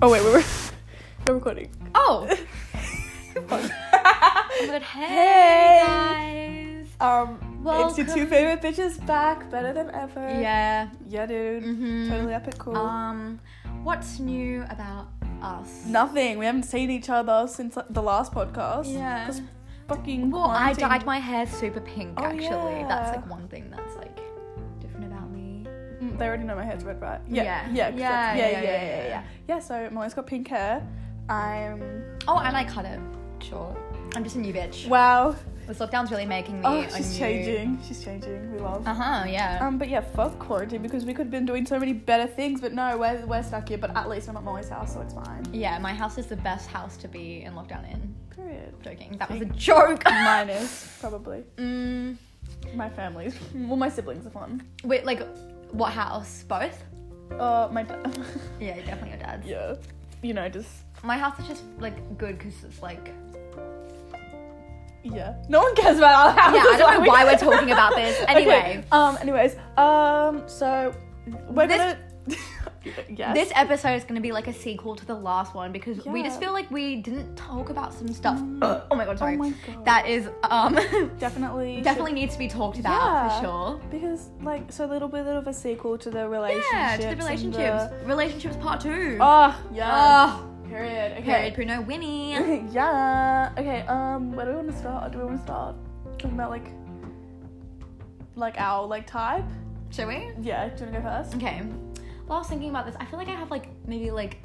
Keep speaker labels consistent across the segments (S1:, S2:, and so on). S1: Oh wait, we're, we're recording.
S2: Oh. but hey,
S1: Hey.
S2: guys.
S1: Um, it's your two
S2: Welcome.
S1: favorite bitches back, better than ever.
S2: Yeah.
S1: yeah, dude.
S2: Mhm.
S1: Totally up and cool.
S2: Um, what's new about us?
S1: Nothing. We haven't seen each other since like, the last podcast.
S2: Yeah.
S1: 'Cause fucking.
S2: Well, I
S1: quarantine.
S2: dyed my hair super pink.
S1: Oh,
S2: actually,
S1: yeah.
S2: that's like one thing that's like different about me.
S1: Mm, They already know my hair's red, right?
S2: Yeah.
S1: Yeah. 'cause
S2: Yeah,
S1: that's- Yeah. Yeah. Yeah.
S2: yeah, yeah,
S1: Yeah.
S2: yeah.
S1: Yeah. Yeah. So Molly's got pink hair. I'm.
S2: Oh, and I cut it short. I'm just a new bitch.
S1: Wow.
S2: This lockdown's really making me.
S1: Oh,
S2: a
S1: she's
S2: new-
S1: changing. She's changing. We love.
S2: Uh huh. Yeah.
S1: Um, but yeah, fuck quarantine because we could have been doing so many better things, but no, we're, we're stuck here. But at least I'm at Molly's house, so it's fine.
S2: yeah. My house is the best house to be in lockdown in.
S1: Period.
S2: Joking. That was a joke.
S1: Minus, probably.
S2: mm,
S1: My family's. Well, my siblings are fun.
S2: wait, like, what house? Both?
S1: Uh, my dad.
S2: Yeah, definitely your dad's.
S1: yeah. You know, just.
S2: My house is just like good because it's like
S1: Yeah. No one cares about our house.
S2: yeah. I don't know why we're talking about this. Anyway,
S1: Um, anyways, um, so we're
S2: This-
S1: gonna. yes.
S2: this episode is gonna be like a sequel to the last one because we just
S1: Yeah. Mm.
S2: feel like we didn't talk about some stuff. oh my god, sorry.
S1: my God.
S2: That is um
S1: definitely. should-
S2: definitely needs to be talked about
S1: Yeah.
S2: for sure.
S1: Because, like, so a little bit of a sequel to the relationships.
S2: Yeah, to the
S1: and
S2: relationships. Relationships part two.
S1: Oh, yeah.
S2: Ugh.
S1: period. Okay.
S2: Period. Bruno Winnie.
S1: yeah. Okay. Um, where do we want to start? Do we want to start talking about like, like our like type?
S2: Shall we?
S1: Yeah. Do you want to go first?
S2: Okay. While I was thinking about this, I feel like I have like maybe like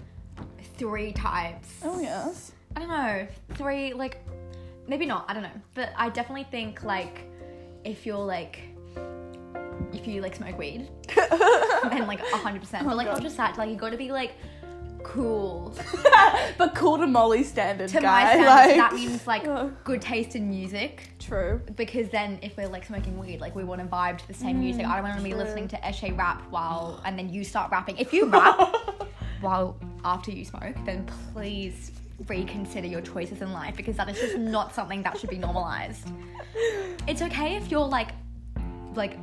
S2: three types.
S1: Oh yes.
S2: I don't know, three, like, maybe not, I don't know. But I definitely think, like, if you're like, if you like smoke weed and like 100%, but like,
S1: Oh God.
S2: not just that, like, you gotta be like cool.
S1: but cool to Molly's standard,
S2: To my
S1: guy.
S2: sense,
S1: like,
S2: that means like
S1: Oh.
S2: good taste in music.
S1: true.
S2: Because then, if we're like smoking weed, like we want to vibe to the same music. I don't want to be
S1: true.
S2: listening to Eshe rap while, and then you start rapping. If you rap, while after you smoke, then please reconsider your choices in life because that is just not something that should be normalized. It's okay if you're like, like,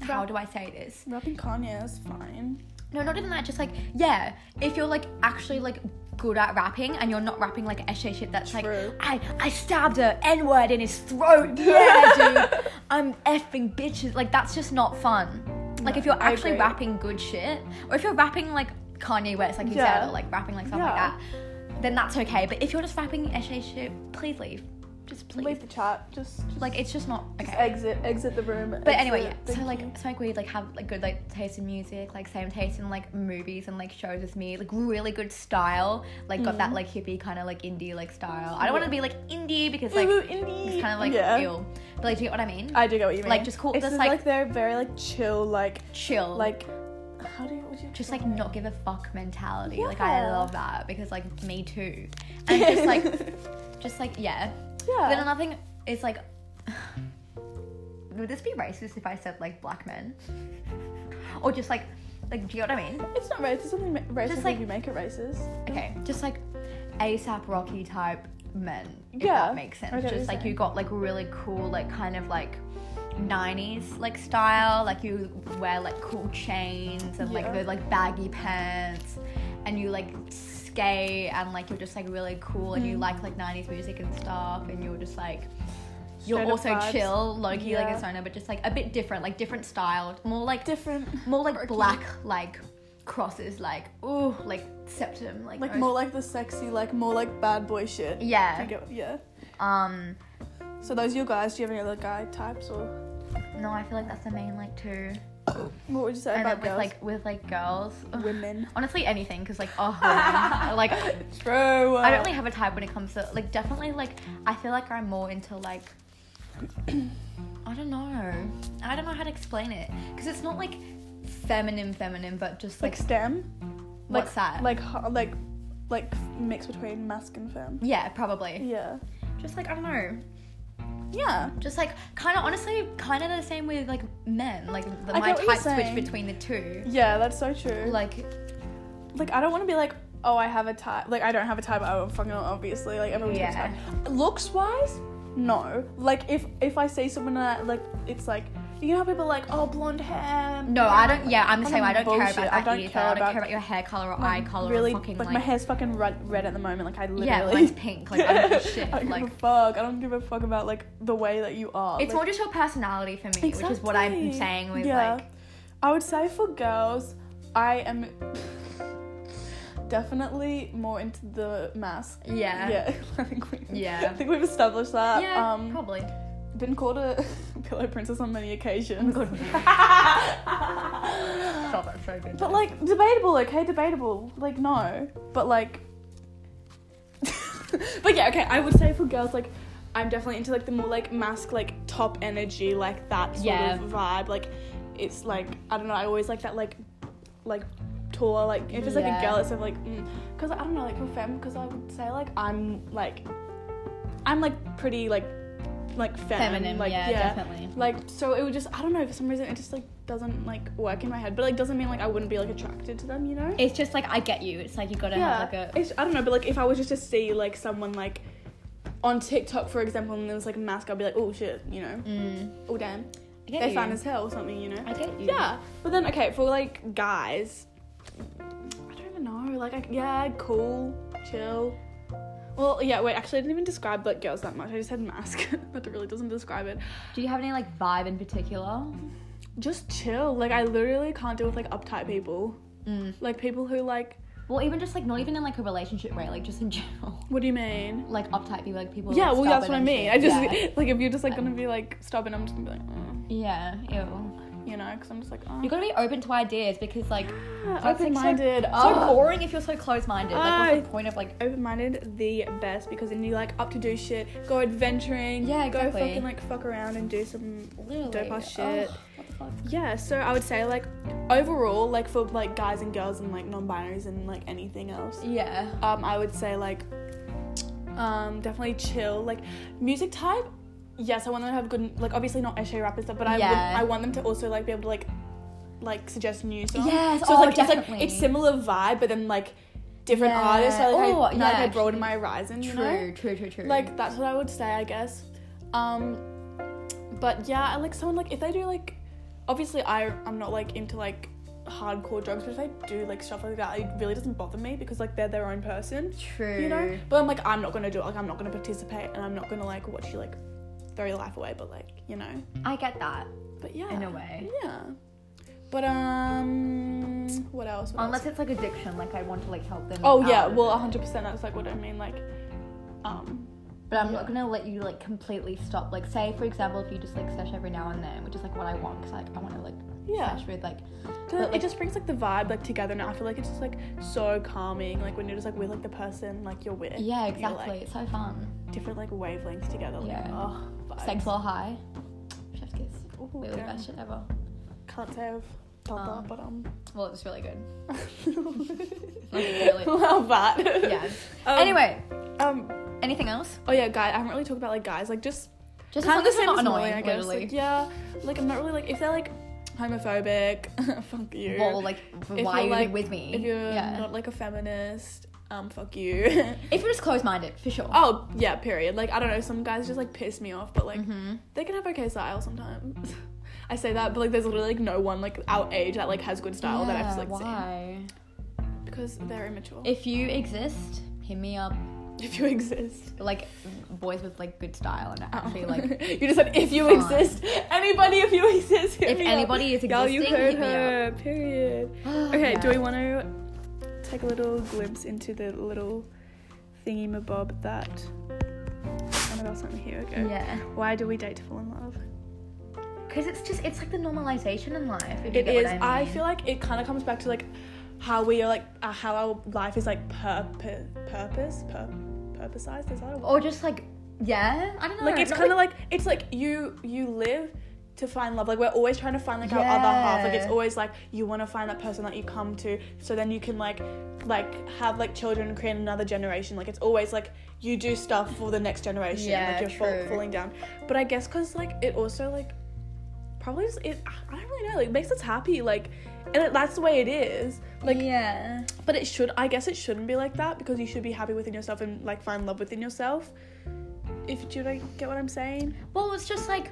S2: how do I say this?
S1: Rapping Kanye is fine.
S2: No, not even that. Just like, yeah, if you're like actually like good at rapping and you're not rapping like eshe shit that's
S1: True.
S2: like, I I stabbed a n word in his throat. Yeah, dude, I'm effing bitches. Like that's just not fun. Like if you're
S1: I
S2: actually
S1: agree.
S2: rapping good shit, or if you're rapping like Kanye West, like you
S1: Yeah.
S2: said, or like rapping like stuff like
S1: Yeah.
S2: that, then that's okay. But if you're just rapping eshe shit, please leave. Just please.
S1: Leave the chat. Just, just
S2: Like it's just not okay.
S1: exit, exit the room.
S2: But anyway, yeah. So like smoke weed, like have like good like taste in music, like same taste in like movies and like shows with me, like really good style. Like got
S1: Mm.
S2: that like hippie kind of like indie like style. I don't want to be like indie because like it's kind of like
S1: yeah.
S2: ill. But like do you get what I mean?
S1: I do get what you mean.
S2: Like, just cool-
S1: It's
S2: just
S1: just
S2: like-
S1: like they're very like chill, like
S2: Chill.
S1: like how do you, would you
S2: just like not give a fuck mentality. Like I
S1: Yeah.
S2: love that because like me too. And just like just like yeah.
S1: yeah
S2: Then another thing is like would this be racist if I said like black men? Or just like like do you know what I mean?
S1: it's not racist something ma- racist
S2: Just,
S1: if
S2: like-
S1: you make it racist
S2: Okay, just like ASAP Rocky type men. If
S1: Yeah,
S2: that makes sense.
S1: I get what you're
S2: Just like you
S1: saying.
S2: got like really cool, like kind of like 90s like style. Like you wear like cool chains and
S1: Yeah.
S2: like those like baggy pants, and you like skate and like you're just like really cool
S1: Mm.
S2: and you like like 90s music and stuff, and you're just like. You're
S1: Straight up
S2: also
S1: vibes.
S2: chill, low key like
S1: Yeah.
S2: a Sona, but just like a bit different, like different style, more like
S1: different
S2: more like black like crosses like ooh like septum like,
S1: like
S2: nose-
S1: more like the sexy like more like bad boy shit I
S2: yeah
S1: get, yeah
S2: um
S1: so those are your guys do you have any other guy types or
S2: no i feel like that's the main like two
S1: what would you say
S2: and then
S1: about
S2: with
S1: girls
S2: like with like girls ugh,
S1: women
S2: honestly anything because like oh women. like
S1: true
S2: i don't really have a type when it comes to like definitely like i feel like i'm more into like i don't know i don't know how to explain it because it's not like feminine feminine but just
S1: like
S2: like,
S1: stem like,
S2: what's that
S1: like ho- like like mix between mask and femme
S2: yeah probably
S1: yeah
S2: just like i don't know
S1: yeah
S2: Just like kind of honestly, kind of the same with like men. Like the,
S1: I
S2: my
S1: get what you're
S2: type switch
S1: saying.
S2: between the two.
S1: yeah that's so true
S2: Like
S1: like I don't want to be like, oh, I have a type. Like I don't have a type. Oh, fucking obviously. Like everyone's got
S2: Yeah.
S1: a type. Looks wise, no. Like if if I see someone and I, like it's like you know how people are like, oh, blonde hair.
S2: No, I don't. Yeah, I'm the same. I don't
S1: bullshit.
S2: care
S1: I
S2: about that
S1: don't
S2: either.
S1: care
S2: I don't
S1: about-
S2: care about your hair color or eye color
S1: really,
S2: or fucking
S1: like,
S2: like.
S1: my hair's fucking red, red at the moment. Like I literally.
S2: yeah, mine's pink. Like I don't give a shit.
S1: I don't
S2: Like
S1: give a fuck. I don't give a fuck about like the way that you are.
S2: it's
S1: like,
S2: more just your personality for me, which is what I'm
S1: Exactly.
S2: saying with like.
S1: I would say for girls, I am definitely more into the mask.
S2: Yeah.
S1: Yeah. I think we.
S2: Yeah.
S1: I think we've established that.
S2: Yeah,
S1: um,
S2: probably.
S1: Been called a pillow princess on many occasions.
S2: Good. God, that's so good.
S1: But like debatable, okay, debatable. Like no, but like, but yeah, okay. I would say for girls, like, I'm definitely into like the more like mask, like top energy, like that sort
S2: Yeah.
S1: of vibe. Like, it's like I don't know. I always like that like, like taller. Like if it's like
S2: Yeah.
S1: a girl, it's sort of like because I don't know, like for femme, because I would say like I'm like, I'm like pretty like, like femme,
S2: feminine.
S1: like
S2: yeah, definitely.
S1: like so it would just I don't know for some reason it just like doesn't like work in my head but like doesn't mean like I wouldn't be like attracted to them you know
S2: It's just like I get you. It's like you gotta have like a.
S1: it's, I don't know but like if I was just to see like someone like on TikTok for example and there was like a mask I'd be like oh shit you know
S2: Mm,
S1: oh damn
S2: I get
S1: they're
S2: you.
S1: fine as hell or something you know
S2: I get you.
S1: yeah but then okay for like guys I don't even know like I, yeah cool chill well yeah wait actually I didn't even describe like girls that much I just said mask that really doesn't describe it
S2: Do you have any like vibe in particular?
S1: just chill. Like I literally can't deal with like uptight people.
S2: Mm.
S1: Like people who like
S2: Well, even just like not even in like a relationship way, like just in general,
S1: what do you mean?
S2: like uptight people, like people.
S1: Yeah,
S2: like,
S1: well that's
S2: stubborn
S1: what I
S2: and
S1: mean.
S2: shit.
S1: I just
S2: yeah.
S1: like if you're just like gonna be like stubborn, I'm just gonna be like, "Mm,"
S2: yeah, ew.
S1: you know, because I'm just like, oh.
S2: You gotta be open to ideas because like that's, like, so-
S1: open-minded.
S2: So,
S1: Oh.
S2: boring if you're so close-minded. Like, what's
S1: Ah.
S2: the point of like?
S1: Open-minded, the best because then you like up to do shit, go adventuring,
S2: Yeah, exactly.
S1: go fucking like fuck around and do some
S2: Literally.
S1: dope ass shit.
S2: Ugh, what the fuck?
S1: Yeah, so I would say like overall, like for like guys and girls and like non-binaries and like anything else,
S2: Yeah.
S1: um, I would say like um, definitely chill. Like music type, yes, I want them to have good. Like obviously not Eshe rap and stuff, but I
S2: Yeah.
S1: would, I want them to also like be able to like like suggest new songs.
S2: Yes,
S1: so
S2: oh,
S1: it's, like, it's like
S2: definitely.
S1: it's similar vibe, but then like different
S2: Yeah.
S1: artists. So like,
S2: Oh,
S1: I, now,
S2: yeah,
S1: like, I broaden
S2: actually.
S1: my horizon. You
S2: True,
S1: know,
S2: true, true, true.
S1: like that's what I would say, I guess. Um, but yeah, I like someone like if they do like, obviously I I'm not like into like hardcore drugs, but if they do like stuff like that, it really doesn't bother me because like they're their own person
S2: true.
S1: you know but i'm like i'm not gonna do it like i'm not gonna participate and i'm not gonna like watch you like throw your life away but like you know
S2: I get that
S1: but yeah
S2: in a way.
S1: yeah but um what else what
S2: Unless
S1: else?
S2: it's like addiction, like I want to like help them.
S1: oh
S2: out
S1: yeah
S2: of
S1: well
S2: it.
S1: 100% that's like what i mean like um
S2: But I'm not
S1: Yeah.
S2: gonna let you like completely stop. Like, say for example, if you just like sesh every now and then, which is like what I want, because like I want to like
S1: yeah
S2: sesh with like
S1: 'Cause
S2: but,
S1: it
S2: like-
S1: just brings like the vibe like together and i feel like it's just like so calming like when you're just like with like the person like you're with
S2: yeah,
S1: and you're, like,
S2: exactly. it's so fun.
S1: different like wavelengths together like
S2: Yeah.
S1: oh vibes.
S2: Sex while high. Chef's kiss.
S1: Ooh,
S2: Really the
S1: damn.
S2: best shit ever.
S1: can't say i've done
S2: Um,
S1: that but um
S2: Well, it's really good.
S1: like, love that
S2: Yeah.
S1: Um,
S2: anyway,
S1: um
S2: anything else?
S1: Oh yeah, guy. I haven't really talked about like guys. Like just
S2: Just
S1: kinda
S2: as long as we're not
S1: as Molly,
S2: annoying,
S1: I guess.
S2: literally.
S1: Like, yeah, like I'm not really like if they're like homophobic, fuck you.
S2: Well, like,
S1: If
S2: why are
S1: you're,
S2: you
S1: like-
S2: with me?
S1: if you're
S2: yeah.
S1: not like a feminist, um, fuck you.
S2: if you're just closed-minded, for sure.
S1: oh yeah, period. Like I don't know, some guys just like piss me off, but like
S2: Mhm.
S1: they can have okay style sometimes. I say that, but like there's literally like no one like our age that like has good style that I've
S2: Yeah,
S1: just like
S2: why?
S1: seen because they're immature. If,
S2: If you exist, hit me up.
S1: you exist.
S2: Like boys with like good style and actually
S1: Oh.
S2: like
S1: you just said if you
S2: fine.
S1: exist, anybody if you exist. hit
S2: If
S1: me up."
S2: anybody is
S1: Y'all, you
S2: existing,
S1: heard
S2: hit me Oh,
S1: her. Period. Oh. Okay, do we want to take a little glimpse into the little thingy mabob that oh Annabelle sent me here ago?
S2: Yeah.
S1: Why do we date to fall in love?
S2: Because it's just it's like the normalization in life. If you
S1: It
S2: get what
S1: is. I,
S2: I, mean.
S1: feel like it kind of comes back to like how we are like uh, how our life is like purpose, purpose, pur- purposized. Is that a word?
S2: or just like yeah, I don't know.
S1: like it's
S2: not
S1: kind of like, it's like you you live to find love like we're always trying to find like our other half like it's
S2: Yeah.
S1: always like you want to find that person that you come to so then you can like like have like children and create another generation like it's always like you do stuff for the next generation
S2: Yeah,
S1: like you're fall-
S2: true.
S1: falling down but i guess because like it also like probably just, it i don't really know like it makes us happy like and it, that's the way it is like
S2: yeah.
S1: but it should, I guess it shouldn't be like that because you should be happy within yourself and like find love within yourself. If do you like, get what I'm saying?
S2: Well, it's just like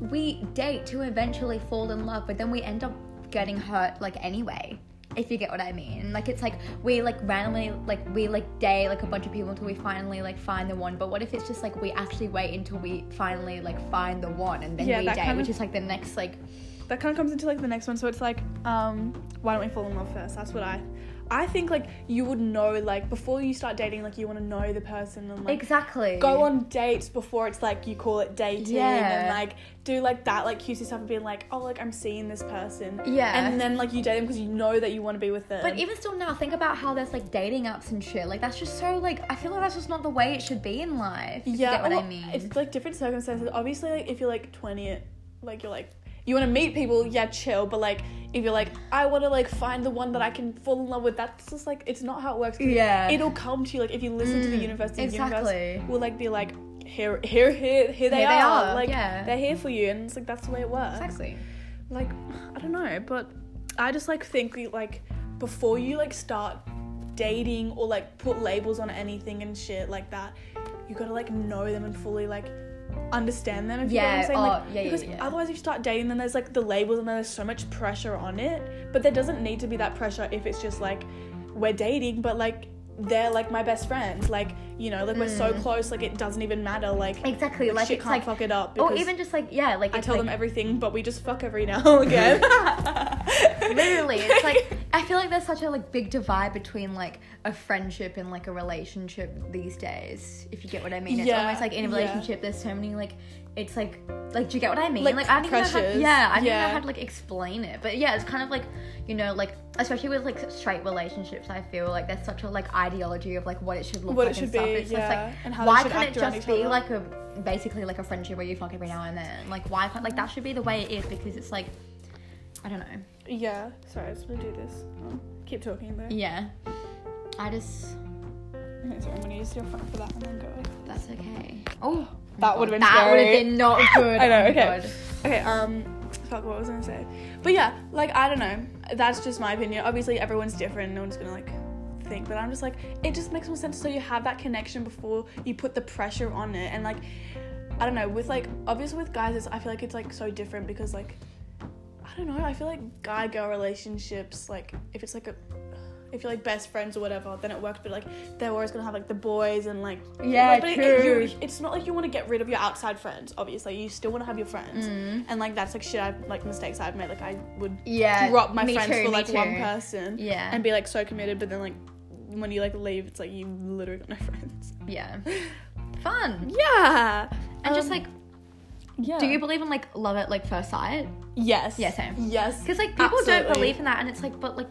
S2: we date to eventually fall in love, but then we end up getting hurt like anyway. If you get what I mean, like it's like we like randomly like we like date like a bunch of people until we finally like find the one. But what if it's just like we actually wait until we finally like find the one and then
S1: Yeah,
S2: we
S1: that
S2: date,
S1: kind of-
S2: which is like the next like
S1: that kind of comes into like the next one so it's like um why don't we fall in love first that's what i i think like you would know like before you start dating like you want to know the person and like
S2: exactly
S1: go on dates before it's like you call it dating and
S2: Yeah.
S1: like do like that like cutesy stuff of being like oh like i'm seeing this person
S2: Yeah.
S1: and then like you date them because you know that you want to be with them
S2: But even still now, think about how there's like dating apps and shit. Like that's just so like I feel like that's just not the way it should be in life. if
S1: yeah
S2: you get what
S1: well,
S2: I mean.
S1: it's like different circumstances obviously like if you're like 20 it- like you're like you want to meet people yeah chill but like if you're like i want to like find the one that i can fall in love with that's just like it's not how it works 'cause
S2: Yeah.
S1: it'll come to you like if you listen to the
S2: Mm,
S1: universe the
S2: exactly.
S1: universe will like be like here here here here they,
S2: Here they
S1: are.
S2: are,
S1: like
S2: yeah.
S1: they're here for you and it's like that's the way it works
S2: exactly.
S1: like i don't know but i just like think like before you like start dating or like put labels on anything and shit like that you gotta like know them and fully like understand them if
S2: Yeah,
S1: you know what i'm saying
S2: oh,
S1: like
S2: yeah, yeah,
S1: because
S2: yeah.
S1: otherwise you start dating then there's like the labels and then there's so much pressure on it but there doesn't need to be that pressure if it's just like we're dating but like they're like my best friends like you know like we're so
S2: Mm.
S1: close like it doesn't even matter like
S2: Exactly. Like,
S1: like, she
S2: it's
S1: can't
S2: like
S1: fuck it up
S2: or
S1: because-
S2: even just like yeah, like
S1: I
S2: it's,
S1: tell
S2: like,
S1: them everything, but we just fuck every now and again.
S2: Literally, it's like I feel like there's such a like big divide between like a friendship and like a relationship these days. If you get what I mean, it's
S1: Yeah,
S2: almost like in a
S1: yeah.
S2: relationship, there's so many like it's like like do you get what I mean?
S1: Like,
S2: Like, I don't even know how,
S1: pressures,
S2: yeah, I don't even
S1: yeah.
S2: know how to like explain it. But yeah, it's kind of like you know like especially with like straight relationships, I feel like there's such a like ideology of like what it should look
S1: What it
S2: like
S1: should
S2: and stuff.
S1: be,
S2: it's
S1: yeah,
S2: just
S1: and
S2: like
S1: how they
S2: why
S1: should
S2: can't it
S1: act around
S2: just
S1: each
S2: be
S1: other.
S2: like a basically like a friendship where you fuck every now and then? Like why can't like that should be the way it is because it's like I don't know.
S1: yeah. Sorry, I just want to do this. Oh, keep talking though.
S2: Yeah. I just.
S1: Okay, sorry, I'm gonna use your phone for that and then go. away.
S2: That's okay. Oh.
S1: That would've been
S2: That would
S1: scary.
S2: have been not good.
S1: I know.
S2: Oh my
S1: okay.
S2: God.
S1: Okay. Um. Fuck. What was I gonna say? But yeah, like I don't know. That's just my opinion. Obviously, everyone's different. No one's gonna like think. But I'm just like, it just makes more sense. So you have that connection before you put the pressure on it, and like, I don't know. With like, obviously with guys, it's, I feel like it's like so different because like, I don't know. I feel like guy girl relationships, like if it's like a if you're like best friends or whatever, then it works. But like, they're always gonna have like the boys and like
S2: Yeah,
S1: like, but it- it-
S2: true.
S1: you- it's not like you want to get rid of your outside friends. Obviously, you still want to have your friends,
S2: Mm.
S1: and like that's like shit. I have like mistakes I've made. Like I would
S2: Yeah.
S1: drop my
S2: me
S1: friends
S2: too,
S1: for
S2: me
S1: like one
S2: too.
S1: person,
S2: Yeah.
S1: and be like so committed. But then like when you like leave, it's like you literally got no friends.
S2: Yeah. Fun.
S1: Yeah,
S2: And just like,
S1: Um, yeah.
S2: do you believe in like love at like first sight?
S1: Yes.
S2: Yeah, same.
S1: Yes.
S2: Because like people
S1: absolutely.
S2: don't believe in that, and it's like, but like,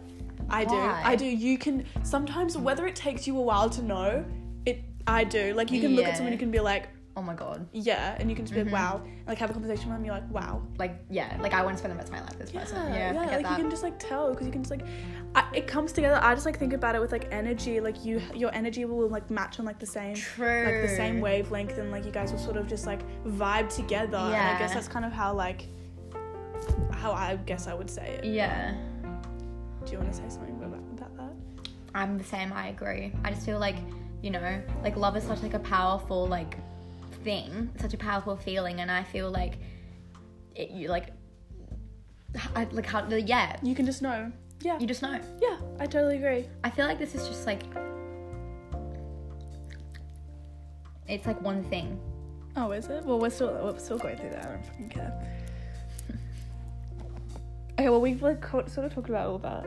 S1: I do.
S2: Why?
S1: I do. You can sometimes whether it takes you a while to know it. I do. Like you can look at
S2: Yeah. Mm-hmm.
S1: someone, you can be like,
S2: oh my god,
S1: yeah, and you can just be like, wow, and, like have a conversation with them, you're like, wow.
S2: like yeah, like I want to spend the rest of my life with this person. Yeah, I
S1: like
S2: get
S1: you
S2: that.
S1: can just like tell because you can just like, I, it comes together. I just like think about it with like energy. Like you, your energy will like match on like the same, like the same
S2: True.
S1: wavelength, and like you guys will sort of just like vibe together. And I guess
S2: Yeah.
S1: that's kind of how like, how I guess I would say it.
S2: Yeah.
S1: Do you want to say something about, about that?
S2: I'm the same. I agree. I just feel like, you know, like love is such like a powerful like thing, such a powerful feeling, and I feel like it, you like, I like how yeah,
S1: You can just know. Yeah,
S2: you just know.
S1: yeah, I totally agree.
S2: I feel like this is just like, it's like one thing.
S1: Oh, is it? Well, we're still we're still going through that. I don't fucking care. okay, well we've like co- sort of talked about all that.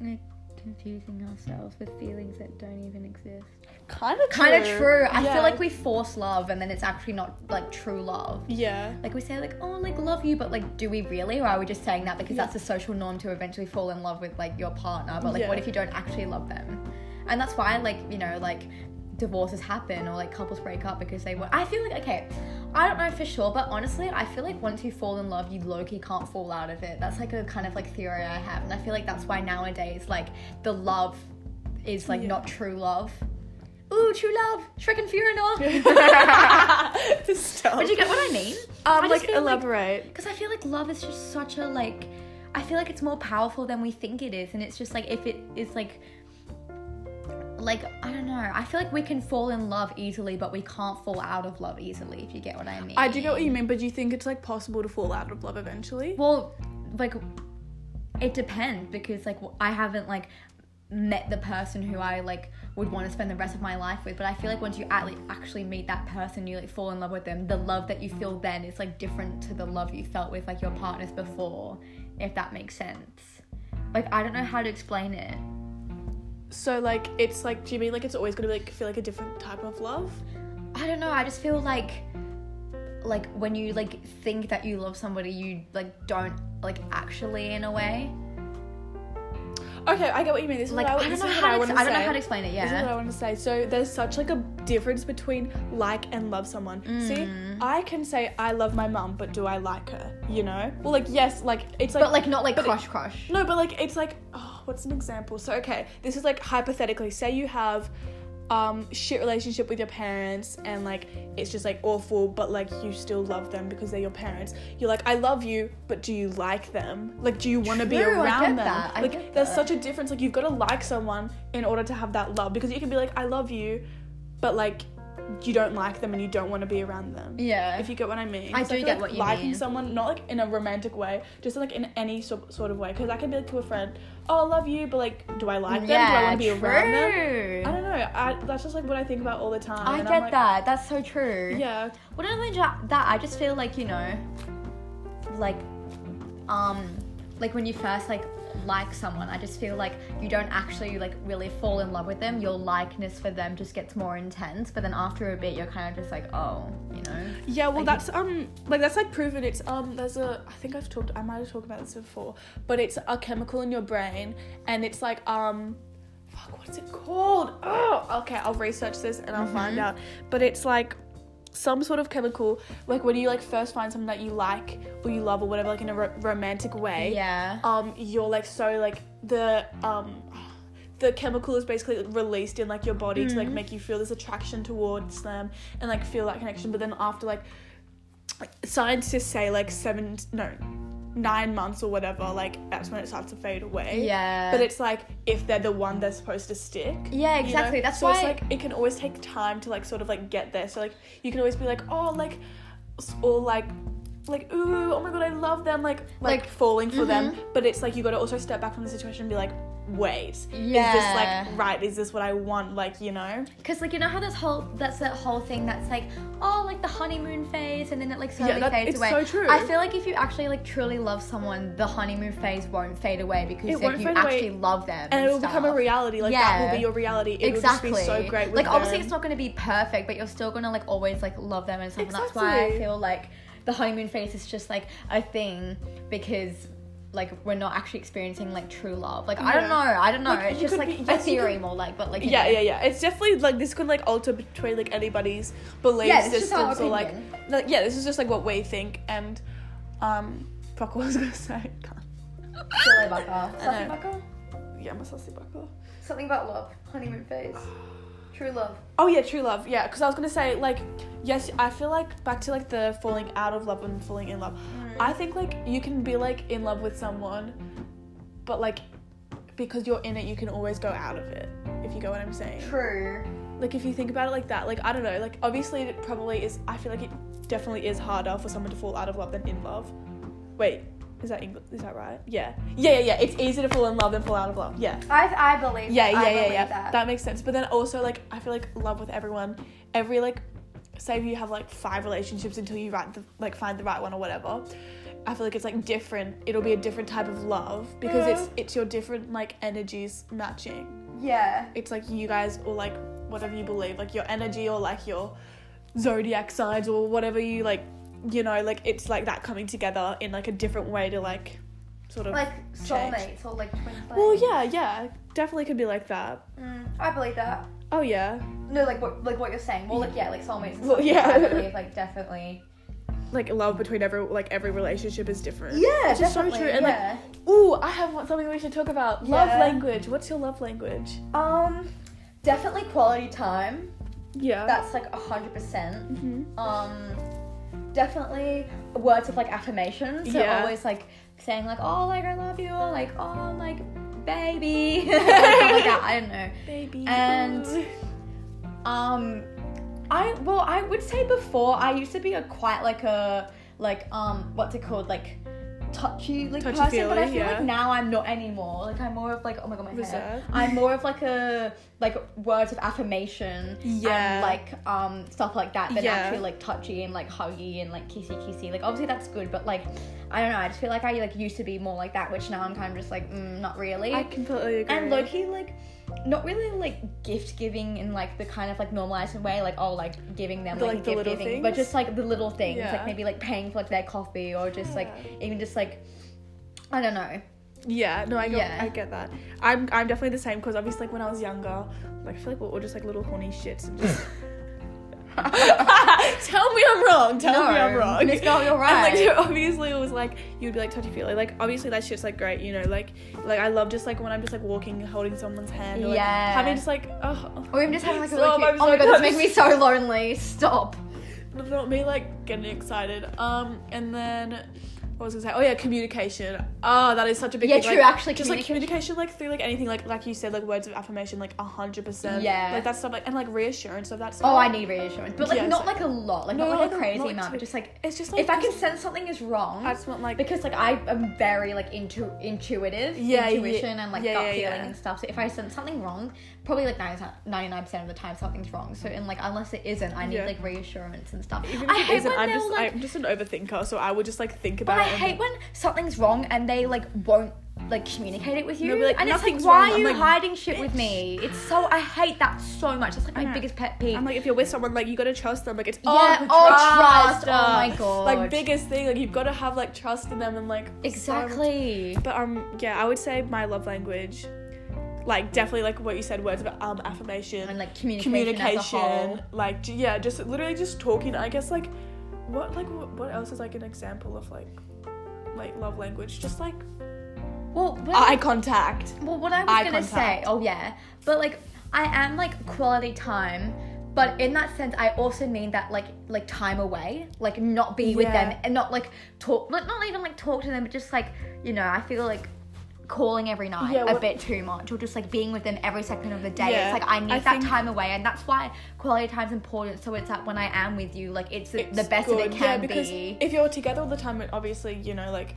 S2: Like, Confusing ourselves with feelings that don't even exist.
S1: Kind of.
S2: Kind of true. I feel like we force love, and then it's actually not like true love.
S1: Yeah.
S2: like we say like oh like love you but like do we really or are we just saying that because that's a social norm to eventually fall in love with like your partner but like
S1: Yeah.
S2: what if you don't actually love them and that's why like you know like divorces happen or like couples break up because they were i feel like okay i don't know for sure but honestly i feel like once you fall in love you low-key can't fall out of it that's like a kind of like theory i have and i feel like that's why nowadays like the love is like
S1: Yeah.
S2: not true love ooh true love shrek and Fiona
S1: Stop.
S2: but you get what i mean
S1: um,
S2: I just
S1: like
S2: feel like-
S1: elaborate.
S2: because I feel like love is just such a like I feel like it's more powerful than we think it is and it's just like if it is like like I don't know. I feel like we can fall in love easily, but we can't fall out of love easily. If you get what I mean.
S1: I do get what you mean, but do you think it's like possible to fall out of love eventually?
S2: Well, like it depends because like I haven't like met the person who I like would want to spend the rest of my life with. But I feel like once you act- actually meet that person, you like fall in love with them. The love that you feel then is like different to the love you felt with like your partners before, if that makes sense. Like I don't know how to explain it.
S1: So like it's like do you mean like it's always gonna be like feel like a different type of love?
S2: I don't know. I just feel like like when you like think that you love somebody, you like don't like actually in a way.
S1: Okay, I get what you mean. This is
S2: Like
S1: what I,
S2: I,
S1: this
S2: don't know
S1: is what
S2: how to,
S1: wanna
S2: ex- I don't know
S1: say.
S2: how to explain it.
S1: This is what I
S2: Yeah.
S1: want to say. So there's such like a difference between like and love someone.
S2: Mm.
S1: See, I can say I love my mum, but do I like her? You know? Well, like yes, like it's like
S2: But like not like
S1: but it-
S2: crush crush.
S1: no, but like it's like oh, what's an example? So okay, this is like hypothetically. Say you have um shit relationship with your parents and like it's just like awful, but like you still love them because they're your parents. You're like I love you, but do you like them? Like do you want to be
S2: True, I
S1: around
S2: get
S1: them?
S2: that, I
S1: like
S2: get
S1: there's
S2: that.
S1: such a difference. Like you've got to like someone in order to have that love because you can be like I love you, but like you don't like them and you don't want to be around them.
S2: Yeah.
S1: If you get what I mean.
S2: I
S1: So
S2: do
S1: feel
S2: get
S1: like
S2: what you
S1: liking
S2: mean.
S1: someone, not like in a romantic way, just like in any so- sort of way. Because I can be like to a friend, oh, I love you, but like, do I like them? do I want to be around them?
S2: true.
S1: I don't know. I, that's just like what I think about all the time.
S2: I
S1: and
S2: get
S1: I'm like,
S2: that. That's so true.
S1: Yeah.
S2: Well, not only ju- that, I just feel like you know, like, um, like when you first like like someone, I just feel like you don't actually like really fall in love with them. Your likeness for them just gets more intense, but then after a bit, you're kind of just like, oh, you know.
S1: Yeah, well,
S2: you-
S1: that's um, like that's like proven. It's um, there's a I think I've talked, I might have talked about this before, but it's a chemical in your brain, and it's like um, fuck, what's it called? Oh, okay, I'll research this and I'll find out. But it's like some sort of chemical, like when you like first find something that you like or you love or whatever, like in a ro- romantic way.
S2: Yeah.
S1: Um, you're like so like the um. The chemical is basically released in like your body to like make you feel this attraction towards them and like feel that connection. But then after like scientists say like seven no nine months or whatever like that's when it starts to fade away
S2: Yeah.
S1: but it's like if they're the one they're supposed to stick
S2: yeah,
S1: you know?
S2: exactly. That's
S1: so
S2: why.
S1: it's like it can always take time to like sort of like get there so like you can always be like oh like s- or like like ooh oh my god i love them like like,
S2: Like, mm-hmm.
S1: falling for them but it's like you got to also step back from the situation and be like wait is this
S2: Yeah.
S1: like right is this what i want like you know
S2: Cause like you know how this whole that's that whole thing that's like oh like the honeymoon phase and then it like slowly
S1: that-
S2: fades
S1: it's
S2: away.
S1: so true.
S2: I feel like if you actually like truly love someone, the honeymoon phase won't fade away because
S1: It
S2: like,
S1: won't
S2: you
S1: fade away,
S2: actually love them.
S1: and it will become a
S2: stuff.
S1: reality like that will
S2: Yeah.
S1: be your reality it
S2: Exactly.
S1: will just be so great with
S2: like obviously
S1: them.
S2: it's not going to be perfect, but you're still going to like always like love them and stuff. And that's why I
S1: Exactly.
S2: feel like the honeymoon phase is just like a thing because like we're not actually experiencing like true love. Like I
S1: Yeah.
S2: don't know, I don't know.
S1: Like,
S2: it's
S1: you
S2: just
S1: could
S2: like
S1: be-
S2: a
S1: yes, you
S2: theory
S1: could-
S2: more like, but like you
S1: Yeah,
S2: know.
S1: yeah, yeah. It's definitely like this could like alter between like anybody's belief
S2: Yeah, it's just our
S1: systems or like,
S2: opinion.
S1: like yeah, this is just like what we think and um fuck what I was gonna say.
S2: Silly bucker.
S1: I
S2: Silly
S1: know.
S2: bucker?
S1: yeah, my sassy buckle.
S2: Something about love. Honeymoon phase. True love.
S1: Oh yeah, true love. Yeah, because I was gonna say like yes, I feel like back to like the falling out of love and falling in love. I think like you can be like in love with someone, but like because you're in it, you can always go out of it. If you get what I'm saying.
S2: True.
S1: like if you think about it like that like i don't know like obviously it probably is i feel like it definitely is harder for someone to fall out of love than in love wait is that english is that right yeah yeah yeah yeah it's easier to fall in love than fall out of love yeah
S2: I, I believe
S1: yeah yeah
S2: I
S1: yeah
S2: believe
S1: yeah
S2: That.
S1: that. makes sense but then also like i feel like love with everyone every like say if you have like five relationships until you right the, like find the right one or whatever i feel like it's like different it'll be a different type of love because it's
S2: Mm-hmm.
S1: it's your different like energies matching
S2: Yeah.
S1: it's like you guys or like whatever you believe like your energy or like your zodiac signs or whatever you like you know like it's like that coming together in like a different way to like sort of
S2: Like
S1: change.
S2: soulmates or like twin flames.
S1: well yeah yeah definitely could be like that
S2: Mm, I believe that.
S1: oh yeah
S2: No, like what like what you're saying. Well, like yeah, like soulmates. And
S1: Well,
S2: stuff.
S1: yeah.
S2: I believe like definitely.
S1: like love between every like every relationship is different
S2: Yeah,
S1: Which is so definitely, true, and, like, yeah. ooh i have one- something we should talk about love
S2: Yeah.
S1: language what's your love language
S2: um, definitely quality time.
S1: yeah
S2: That's like hundred percent.
S1: Mhm.
S2: Um, definitely words of like affirmation. So
S1: Yeah.
S2: always like saying like, oh, like I love you, or like, oh, like baby. Something like that, I don't know.
S1: Baby.
S2: And- Um, I well, I would say before I used to be a quite like a like um what's it called like touchy like person,
S1: Touchy-feely,
S2: but I feel
S1: yeah.
S2: like now I'm not anymore. Like I'm more of like oh my god my hair.
S1: Reserved.
S2: I'm more of like a like words of affirmation
S1: Yeah.
S2: and like um stuff like that than
S1: Yeah.
S2: actually like touchy and like huggy and like kissy kissy. Like obviously that's good, but like I don't know. I just feel like I like used to be more like that, which now I'm kind of just like mm, not really.
S1: I completely agree.
S2: And low key, like, not really like gift giving in like the kind of like normalized way, like oh, like giving them
S1: The,
S2: like,
S1: like, the
S2: gift
S1: little
S2: giving, but
S1: things?
S2: just like the little things,
S1: Yeah.
S2: like maybe like paying for like their coffee or just like even just like, I don't know.
S1: Yeah, no, I get,
S2: Yeah.
S1: I get that. I'm, I'm definitely the same because obviously, like when I was younger, like I feel like we're all just like little horny shits. And just... tell me I'm wrong. Tell me I'm
S2: No,
S1: wrong.
S2: Miss Girl, you're
S1: And,
S2: right.
S1: like obviously, it was like you'd be like touchy feely. Like obviously, that shit's like great. You know, like like I love just like when I'm just like walking, holding someone's hand, or, like,
S2: Yeah.
S1: having just like oh,
S2: Or even just having like a
S1: So
S2: really cute,
S1: I'm
S2: oh
S1: so
S2: my god, this makes
S1: touched.
S2: me so lonely. Stop.
S1: not me like getting excited. Um, and then what was I gonna say? Oh yeah, communication. Oh, that is such a big
S2: Yeah,
S1: thing.
S2: true,
S1: Like,
S2: actually,
S1: just like communication,
S2: communication-
S1: like through like anything, like like you said, like words of affirmation, like hundred percent.
S2: Yeah.
S1: like that stuff, like and like reassurance of that stuff.
S2: Oh, I need reassurance, but like
S1: Yes.
S2: not like a lot, like
S1: No,
S2: not like a
S1: no,
S2: crazy
S1: not
S2: amount,
S1: too-
S2: but just like
S1: It's just like
S2: if I can
S1: just-
S2: sense something is wrong,
S1: I just want like
S2: because like I am very like intu- intuitive,
S1: Yeah, yeah.
S2: intuition and like
S1: Yeah,
S2: gut
S1: yeah,
S2: feeling
S1: yeah.
S2: and stuff. So if I sense something wrong, probably like 99 percent of the time something's wrong. So and like unless it isn't, I need
S1: Yeah.
S2: like reassurance and stuff.
S1: even if
S2: I
S1: it
S2: hate
S1: isn't,
S2: when
S1: I'm
S2: they'll
S1: just
S2: like,
S1: I'm just an overthinker, so I would just like think
S2: but
S1: about
S2: I
S1: it. and-
S2: hate when something's wrong and they like won't like communicate it with you.
S1: They'll be like,
S2: and it's like,
S1: "Nothing's
S2: why
S1: wrong."
S2: are
S1: I'm
S2: you
S1: like,
S2: hiding shit with me? It's so I hate that so much. That's like my
S1: know.
S2: biggest pet peeve.
S1: I'm like, if you're with someone, like you gotta trust them. Like it's
S2: Yeah, oh,
S1: oh,
S2: trust. Oh my
S1: uh,
S2: god.
S1: Like biggest thing, like you've gotta have like trust in them and like so-
S2: Exactly.
S1: But um, yeah, I would say my love language, like definitely like what you said, words of um affirmation,
S2: And like communication, as a whole.
S1: communication, like j- yeah, just literally just talking. I guess like, what like wh- what else is like an example of like, like love language? Just like
S2: Well, when
S1: eye contact.
S2: Well, what I was
S1: Eye
S2: gonna say,
S1: contact.
S2: oh yeah, but like I am like quality time, but in that sense, I also mean that like like time away, like not be with
S1: Yeah.
S2: them and not like talk, not, not even like talk to them, but just like you know, I feel like calling every night
S1: Yeah,
S2: a
S1: what-
S2: bit too much, or just like being with them every second of the day.
S1: Yeah,
S2: It's like I need
S1: I
S2: that
S1: think-
S2: time away, and that's why quality time's important. So it's that when I am with you, like it's, the- the
S1: It's
S2: best that it
S1: good.
S2: can
S1: yeah, because
S2: be.
S1: If you're together all the time, it obviously you know like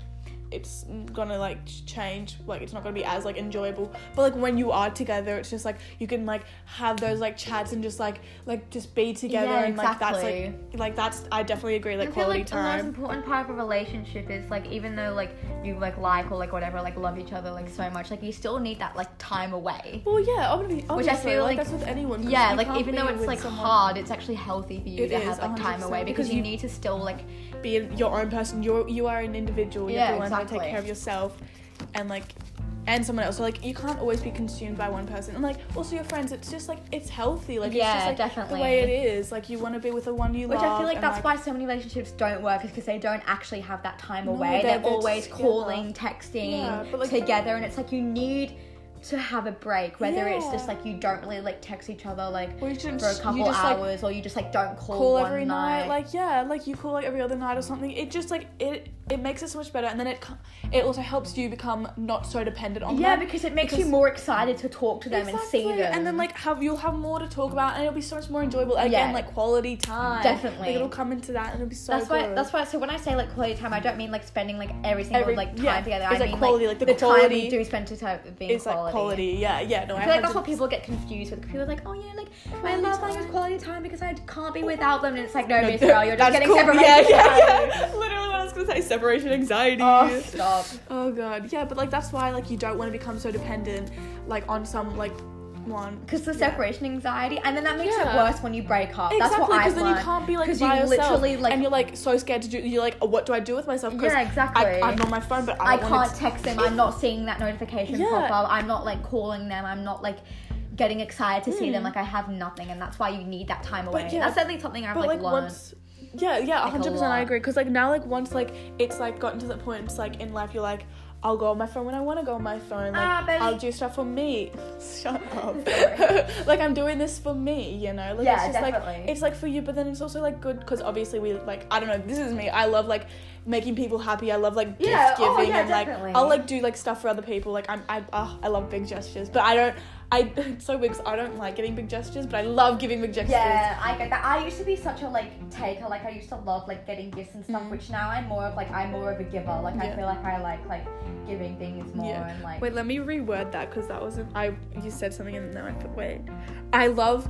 S1: it's gonna like ch- change like it's not gonna be as like enjoyable but like when you are together it's just like you can like have those like chats and just like like just be together
S2: Yeah,
S1: and like
S2: exactly.
S1: that's like like that's i definitely agree like
S2: I feel
S1: quality
S2: like the most
S1: time
S2: important part of a relationship is like even though like you like like or like whatever like love each other like so much like you still need that like time away.
S1: well yeah obviously,
S2: Which I
S1: obviously,
S2: feel
S1: like,
S2: like-
S1: that's with anyone 'cause
S2: Yeah,
S1: you
S2: like
S1: can't
S2: even
S1: be
S2: though it's
S1: with
S2: like
S1: someone-
S2: hard, it's actually healthy for you
S1: It
S2: to
S1: is,
S2: have like time
S1: 100%,
S2: away because
S1: because
S2: you
S1: you-
S2: need to still like
S1: be your own person you're you are an individual you
S2: Yeah,
S1: have to learn how to
S2: exactly.
S1: take care of yourself and like and someone else so like you can't always be consumed by one person and like also your friends it's just like it's healthy like
S2: Yeah,
S1: it's just like
S2: definitely.
S1: the way it is like you want to be with the one you
S2: which
S1: love
S2: I feel like
S1: and,
S2: that's why so many relationships don't work is because they don't actually have that time
S1: No,
S2: away. They're,
S1: they're- they're
S2: always
S1: together.
S2: calling, texting
S1: Yeah, but, like-
S2: together and it's like you need to have a break whether it's
S1: Yeah.
S2: just like you don't really like text each other like
S1: Or you shouldn't
S2: for a
S1: just- you
S2: couple
S1: just, like,
S2: hours or you just like don't call,
S1: call
S2: one
S1: every night. like yeah like you call like every other night or something it just like it it makes it so much better and then it co- it also helps you become not so dependent on
S2: Yeah,
S1: them.
S2: because it makes you
S1: because-
S2: more excited to talk to them and see
S1: Exactly,
S2: them.
S1: and then like have you'll have more to talk about and it'll be so much more enjoyable again
S2: Yeah.
S1: like quality time
S2: Definitely.
S1: like, it'll come into that and it'll be so
S2: that's why.
S1: good.
S2: That's why. So when I say like quality time, I don't mean like spending like every single
S1: Every-
S2: like time
S1: yeah,
S2: together. I
S1: it's, like,
S2: mean
S1: quality, like, the
S2: time we
S1: quality
S2: do spend to time being
S1: it's like quality. Yeah, yeah. No,
S2: I feel like that's what people get confused with. People are like, oh yeah, like my
S1: Quality
S2: love language is
S1: time.
S2: quality time because I can't be without them. And it's like, no,
S1: No,
S2: Miss Girl, you're just
S1: that's
S2: getting
S1: cool.
S2: separated.
S1: Yeah, yeah, yeah. Literally, what I was gonna say, separation anxiety.
S2: Oh stop.
S1: Oh, god, yeah. But like that's why like you don't want to become so dependent like on some like one.
S2: Because the
S1: Yeah.
S2: separation anxiety, and then that makes it
S1: Yeah.
S2: worse when you break up. That's
S1: Exactly,
S2: what I've
S1: because then you
S2: learned.
S1: can't be like
S2: 'Cause
S1: by
S2: you
S1: yourself,
S2: literally, like-
S1: and you're like so scared to do. You're like, oh, what do I do with myself? 'Cause
S2: Yeah, exactly.
S1: I, I'm on my phone, but
S2: I
S1: I, don't wanna
S2: can't text them. I'm not seeing that notification
S1: Yeah.
S2: pop up. I'm not like calling them. I'm not like getting excited to see them. Like I have nothing, and that's why you need that time away.
S1: yeah,
S2: that's definitely something I've
S1: but
S2: like,
S1: like,
S2: learned.
S1: once yeah yeah
S2: Like, a
S1: 100% i
S2: lot.
S1: agree because like now like once like it's like gotten to the point it's like in life you're like I'll go on my phone when I want to go on my phone. Like,
S2: Ah, baby.
S1: I'll do stuff for me. Shut up.
S2: Sorry.
S1: like I'm doing this for me, you know. Like,
S2: Yeah,
S1: it's just Like,
S2: definitely.
S1: it's like for you, but then it's also like good because obviously we like I don't know. This is me. I love like making people happy. I love like gift
S2: Yeah, oh,
S1: giving
S2: yeah,
S1: and like
S2: definitely.
S1: I'll like do like stuff for other people. Like I'm I ah I love big gestures, but I don't. I it's so weird 'cause I don't like giving big gestures, but I love giving big gestures.
S2: Yeah, I get that. I used to be such a like taker. Like I used to love like getting gifts and stuff,
S1: Mm.
S2: which now I'm more of like I'm more of a giver. Like I
S1: Yeah.
S2: feel like I like like giving things more
S1: Yeah.
S2: and like
S1: Wait, let me reword that because that wasn't. I you said something and then I put wait. I love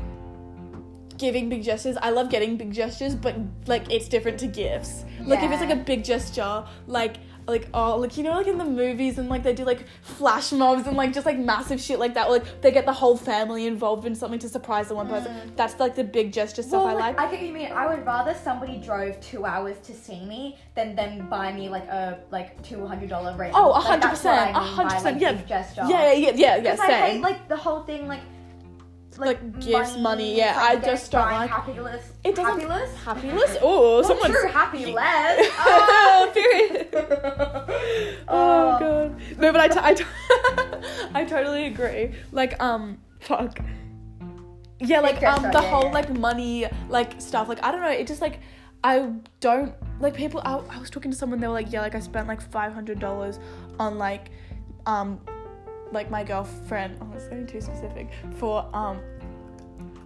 S1: giving big gestures. I love getting big gestures, but like it's different to gifts. Like if it's like
S2: Yeah.
S1: a big gesture, like like oh like you know like in the movies and like they do like flash mobs and like just like massive shit like that. Or, like they get the whole family involved in something to surprise the one person. That's like the big gesture stuff
S2: Mm. Well,
S1: I like.
S2: I get what you mean. I would rather somebody drove two hours to see me than them buy me like a like two hundred dollar ring.
S1: Oh,
S2: Like, that's what
S1: 100%,
S2: I mean by,
S1: 100%,
S2: like,
S1: yeah.
S2: gift gesture.
S1: yeah, yeah, yeah, yeah, yeah.
S2: 'Cause I
S1: Same.
S2: hate like the whole thing like.
S1: Like, gifts, money, yeah,
S2: trying
S1: I
S2: to get
S1: just don't
S2: buying
S1: like-
S2: happy list.
S1: It doesn't-
S2: happy list.
S1: Happiness. Oh,
S2: Not
S1: someone's
S2: true happy list. Ah.
S1: Oh, period. Oh god. No, but I, t- I, t- I totally agree. Like um, fuck. Yeah, like
S2: Big
S1: um,
S2: gesture,
S1: the
S2: yeah,
S1: whole
S2: yeah.
S1: like money like stuff. Like I don't know. It just like I don't like people. I, I was talking to someone. They were like, yeah, like I spent like five hundred dollars on like um, like my girlfriend. Oh, it's getting too specific for um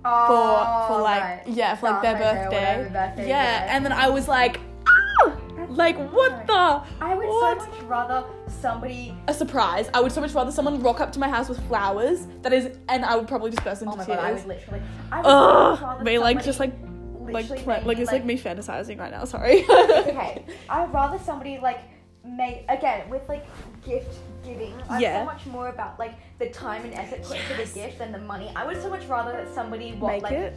S1: for
S2: Oh,
S1: for like yeah for like their
S2: Girlfriend's day
S1: birthday.
S2: or Oh, whatever birthday
S1: yeah,
S2: it is.
S1: and then I was like, ah! like what the?
S2: I would
S1: what?
S2: so much rather somebody.
S1: a surprise. I would so much rather someone rock up to my house with flowers. That is, and I would probably just burst into
S2: Oh my
S1: tears.
S2: god, I would literally. I would so much
S1: Ugh,
S2: rather
S1: me like
S2: somebody
S1: just like like
S2: literally
S1: pla-
S2: make
S1: like
S2: me,
S1: it's like me fantasizing right now. Sorry. okay.
S2: okay, I'd rather somebody like make again with like gift giving. I'm
S1: Yeah.
S2: so much more about like the time and effort put into
S1: Yes.
S2: the gift than the money. I would so much rather that somebody what,
S1: Make
S2: like
S1: it.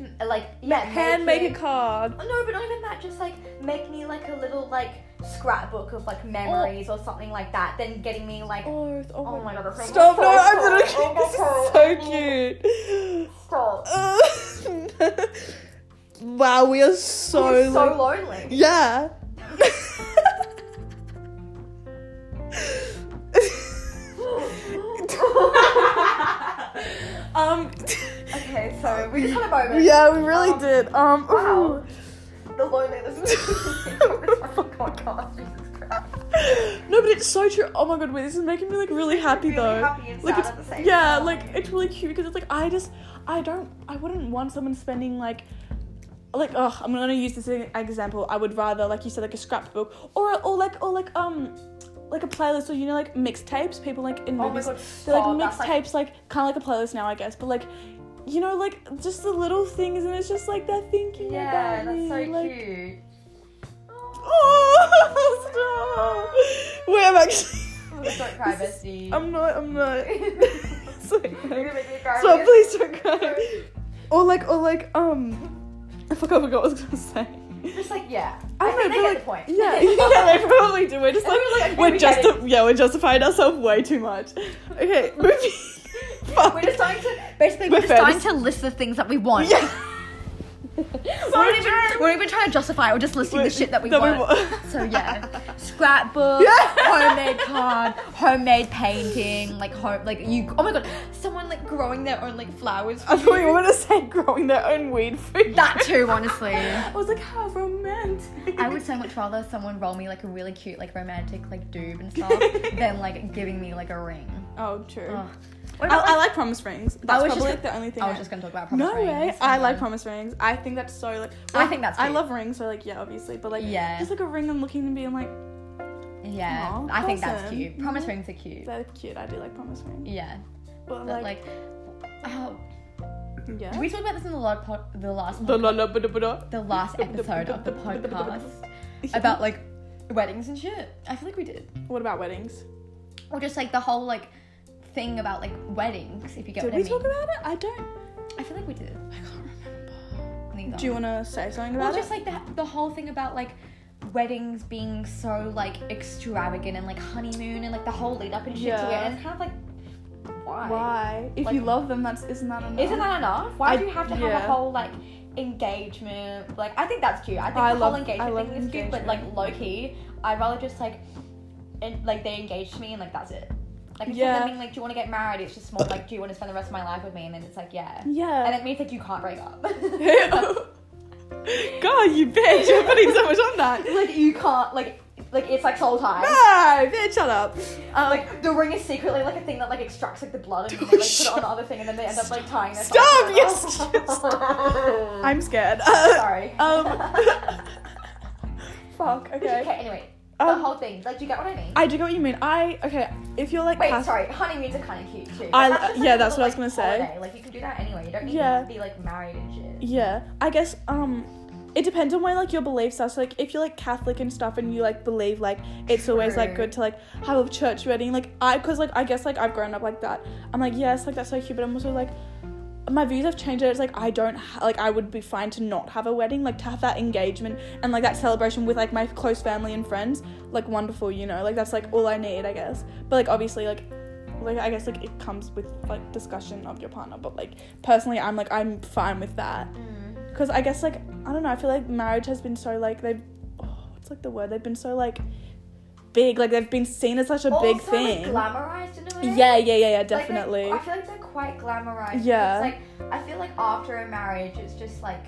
S2: m- uh, like yeah
S1: Hand make a card.
S2: No, but not even that. Just like make me like a little like scrapbook of like memories or something like that. Then getting me like
S1: Oh, oh,
S2: oh
S1: my.
S2: my god, that's so-
S1: Stop!
S2: so
S1: No, I'm
S2: cool.
S1: literally.
S2: Oh my
S1: This
S2: God.
S1: is so cute.
S2: Stop.
S1: Ugh. wow, we are so.
S2: I'm so
S1: like-
S2: lonely.
S1: Yeah. um.
S2: okay, so we just had a moment.
S1: Yeah, we really
S2: Um,
S1: did. Um.
S2: Wow. The loneliness of this fucking podcast. Jesus Christ.
S1: No, but it's so true. Oh my god, wait, this is making me like really happy
S2: really
S1: though.
S2: happy and
S1: like
S2: sad
S1: it's
S2: at the same
S1: yeah,
S2: time.
S1: like it's really cute because it's like I just I don't I wouldn't want someone spending like like oh I'm gonna use this e- example. I would rather like you said like a scrapbook or or like or like um like a playlist or you know like mixtapes. People like in
S2: Oh my
S1: movies
S2: God,
S1: they're like
S2: stop. That's, like-
S1: mixtapes like, kind of like a playlist now I guess, but like. You know, like just the little things, and it's just like they're thinking
S2: Yeah,
S1: about
S2: that's
S1: me,
S2: so
S1: like,
S2: cute.
S1: Oh, stop! Wait, I'm actually.
S2: Don't cry, bestie.
S1: I'm not. I'm not. Sorry.
S2: You're gonna make me cry.
S1: Stop!
S2: again.
S1: Please don't cry. Or like, or like, um, I forgot what I was gonna say.
S2: Just like yeah.
S1: I
S2: I,
S1: don't
S2: think
S1: know, but
S2: they get the
S1: like,
S2: point.
S1: yeah, yeah, they probably do. We're just
S2: And
S1: like,
S2: we're like, okay,
S1: we're
S2: we get
S1: just, yeah, we're justifying ourselves way too much. Okay, moving. Fuck.
S2: We're just starting to basically
S1: We're
S2: we're, just starting
S1: fans.
S2: to list the things that we want.
S1: Yeah.
S2: We're,
S1: So
S2: not even,
S1: true.
S2: we're not even trying to justify. it, We're just listing the shit that we want. So yeah, scrapbook,
S1: Yeah.
S2: homemade card, homemade painting, like home, like you. Oh my god, someone like growing their own like flowers.
S1: I thought you were gonna say growing their own weed for you.
S2: That too, honestly.
S1: I was like, how romantic.
S2: I would so much rather someone roll me like a really cute, like romantic, like doob and stuff than like giving me like a ring.
S1: Oh, true.
S2: Ugh.
S1: I, I like promise rings. That's
S2: was
S1: probably
S2: just gonna-
S1: like the only thing.
S2: I was just gonna talk about promise
S1: no
S2: rings.
S1: way. I like promise rings. I think that's so like.
S2: I think that's
S1: I
S2: cute.
S1: love rings. So like yeah, obviously, but like
S2: Yeah.
S1: just like a ring and looking and being like
S2: Yeah,
S1: Aw,
S2: I think that's
S1: awesome. Mm-hmm.
S2: cute. Promise rings are cute.
S1: they're cute. I do like promise rings.
S2: Yeah,
S1: But
S2: but
S1: like,
S2: like, oh,
S1: yeah.
S2: did we talk about this in the last pod, the last,
S1: The
S2: pod-
S1: la la ba da ba da.
S2: the last episode of the podcast about like weddings and shit? I feel like we did,
S1: what about weddings?
S2: or just like the whole like thing about like weddings. If you get
S1: Did
S2: what
S1: we
S2: I mean.
S1: talk about it? I don't.
S2: I feel like we did.
S1: I can't remember.
S2: Neither.
S1: Do you want to say something
S2: Well,
S1: about
S2: just
S1: it?
S2: like the, the whole thing about like weddings being so like extravagant and like honeymoon and like the whole lead up and shit to it.
S1: Yeah.
S2: And it's kind of like, why?
S1: Why? If
S2: Like-
S1: you love them, that's isn't that enough?
S2: Isn't that enough? Why
S1: I-
S2: do you have to have
S1: yeah.
S2: a whole like engagement? Like I think that's cute. I think
S1: I
S2: the
S1: love-
S2: whole
S1: I
S2: engagement
S1: love
S2: thing is cute, but like low key, I'd rather just like and like they engaged me and like that's it. Like instead of
S1: Yeah.
S2: them being like, do you want to get married? It's just more like, do you want to spend the rest of my life with me? And then it's like, yeah. And
S1: Yeah.
S2: it means like you can't break up.
S1: God, you bitch! You're putting so much on that.
S2: like you can't like like it's like soul ties.
S1: No, bitch, shut up.
S2: Um, like the ring is secretly like a thing that like extracts like the blood and then they, like put it on the other thing and then they end up like tying their
S1: Stop,
S2: socks
S1: yes,
S2: around.
S1: yes, I'm scared.
S2: Sorry.
S1: Um. Fuck. Okay.
S2: okay. Anyway,
S1: Um,
S2: the whole thing. Like, do you get what I mean?
S1: I do get what you mean. I okay. If you're like
S2: Wait,
S1: past-
S2: sorry. Honeymoons are kind of cute too.
S1: I-
S2: Like, just,
S1: yeah,
S2: a
S1: that's
S2: little,
S1: what I was
S2: like,
S1: gonna say.
S2: holiday. Like you can do that anyway. You don't need
S1: Yeah.
S2: to be like married and shit.
S1: Yeah, I guess um, it depends on where like your beliefs are. So like if you're like Catholic and stuff, and you like believe like it's always like
S2: True.
S1: good to like have a church wedding. Like I, cause like I guess like I've grown up like that. I'm like yes, like that's so cute, but I'm also like. My views have changed. It's like I don't ha- like. I would be fine to not have a wedding, like to have that engagement and like that celebration with like my close family and friends. Like wonderful, you know. Like that's like all I need, I guess. But like obviously, like like I guess like it comes with like discussion of your partner. But like personally, I'm like I'm fine with that
S2: Mm.
S1: because I guess like I don't know. I feel like marriage has been so like they've oh, what's like the word they've been so like big. Like they've been seen as such a
S2: Also,
S1: big thing.
S2: Like, glamorized in a way.
S1: yeah, yeah, yeah, yeah,
S2: Like, they're-
S1: definitely.
S2: I feel like they're quite glamorized.
S1: Yeah.
S2: It's like I feel like after a marriage, it's just like.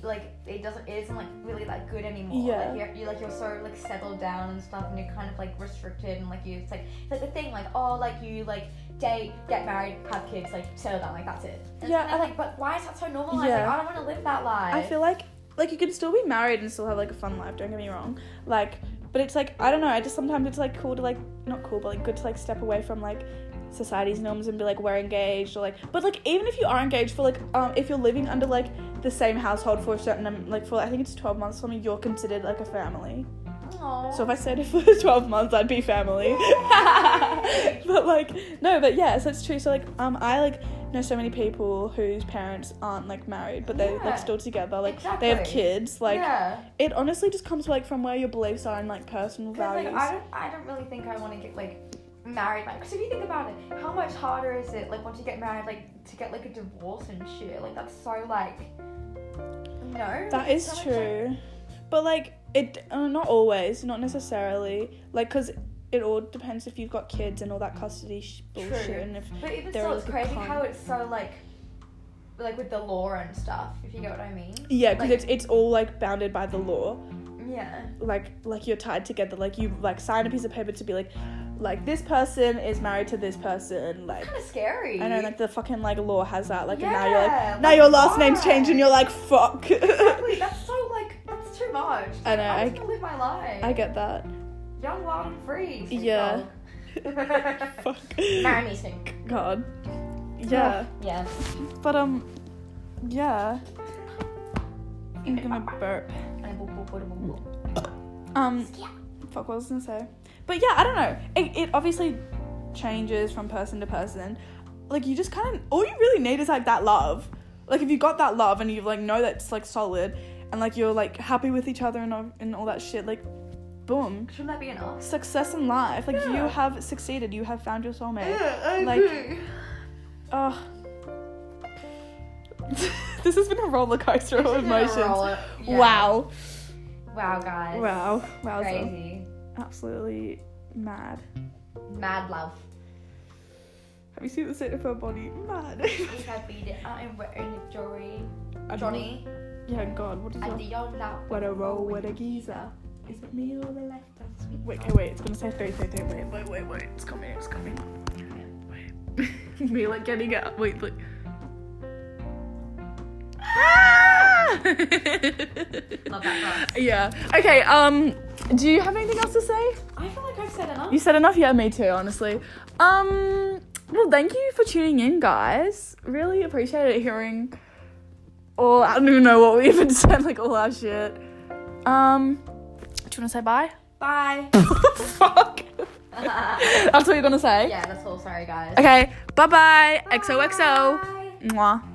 S2: Like it doesn't, it isn't like really that good anymore.
S1: Yeah.
S2: Like you're, you like you're so like settled down and stuff, and you're kind of like restricted and like you, it's like it's like the thing like oh like you like date, get married, have kids, like settle down, like that's it. And
S1: Yeah,
S2: yeah.
S1: I-
S2: Kind of like, but why is that so normalized?
S1: Yeah.
S2: Like I don't want to live that life.
S1: I feel like like you can still be married and still have like a fun life. Don't get me wrong. Like, but it's like I don't know. I just sometimes it's like cool to like not cool, but like good to like step away from like society's norms and be like we're engaged or like. But like even if you are engaged for like um if you're living under like the same household for a certain um, like for I think it's twelve months or something, you're considered like a family.
S2: Aw.
S1: So if I stayed for 12 months, I'd be family. but like, no, but yeah, so it's true. So like, um, I like know so many people whose parents aren't like married, but they're
S2: Yeah.
S1: like still together. Like they have
S2: Exactly.
S1: kids. Like
S2: yeah.
S1: it honestly just comes like from where your beliefs are and like personal
S2: 'Cause,
S1: values.
S2: Like, I don't, I don't really think I want to get like married. Like, because if you think about it, how much harder is it like once you get married, like to get like a divorce and shit? Like that's so like. No.
S1: that is true, but like it uh, not always, not necessarily. Like because it all depends if you've got kids and all that custody sh-
S2: True.
S1: bullshit and if
S2: But even
S1: They're
S2: still,
S1: like
S2: it's
S1: a
S2: crazy how
S1: con-
S2: it's so like, like with the law and stuff. If you get what I mean.
S1: yeah, because
S2: Like-
S1: it's it's all like bounded by the law.
S2: Yeah.
S1: like like you're tied together like you like sign a piece of paper to be like like this person is married to this person like
S2: Kind of scary.
S1: I know like the fucking like law has that like and now you're
S2: Yeah,
S1: like
S2: like,
S1: now your last name's
S2: why?
S1: changed and you're like fuck
S2: Exactly. That's so like that's too much.
S1: I know,
S2: Like,
S1: I-
S2: just wanna live my life.
S1: I get that
S2: Young, wild, and free. Snoop
S1: Yeah.
S2: Dogg.
S1: fuck
S2: Marry me, Snoop.
S1: god yeah
S2: Yeah.
S1: but um yeah I'm gonna burp um fuck what was I gonna say but yeah I don't know it, it obviously changes from person to person like you just kind of all you really need is like that love like if you got that love and you like know that's like solid and like you're like happy with each other and all, and all that shit like boom
S2: Shouldn't that be enough?
S1: success in life like you
S2: Yeah.
S1: have succeeded you have found your soulmate
S2: I
S1: Like- oh this has been a roller coaster of emotions wow
S2: Wow, guys.
S1: wow wow
S2: Crazy.
S1: absolutely mad
S2: Mad love.
S1: have you seen the state of her body mad
S2: We have beat it out and we're in the jury.
S1: I don't know.
S2: Johnny
S1: yeah god what is
S2: and
S1: that
S2: the young love.
S1: What a roll, what a geezer. Is it me or the life?
S2: That's sweet.
S1: Wait, okay, wait, it's gonna say three, three, three. Wait, wait, wait, wait. It's coming, it's coming. Wait. me like getting up. Wait, look. Ah!
S2: Love that
S1: yeah. Okay. Um. Do you have anything else to say?
S2: I feel like I've said enough.
S1: You said enough. Yeah, me too. Honestly. Um. Well, thank you for tuning in, guys. Really appreciate it hearing. All I don't even know what we even said. Like all our shit. Um. Do you want to say bye?
S2: Bye.
S1: Fuck.
S2: yeah,
S1: That's what you're gonna say.
S2: that's all. Sorry, guys.
S1: Okay. Bye bye. XOXO.
S2: Bye.
S1: Mwah.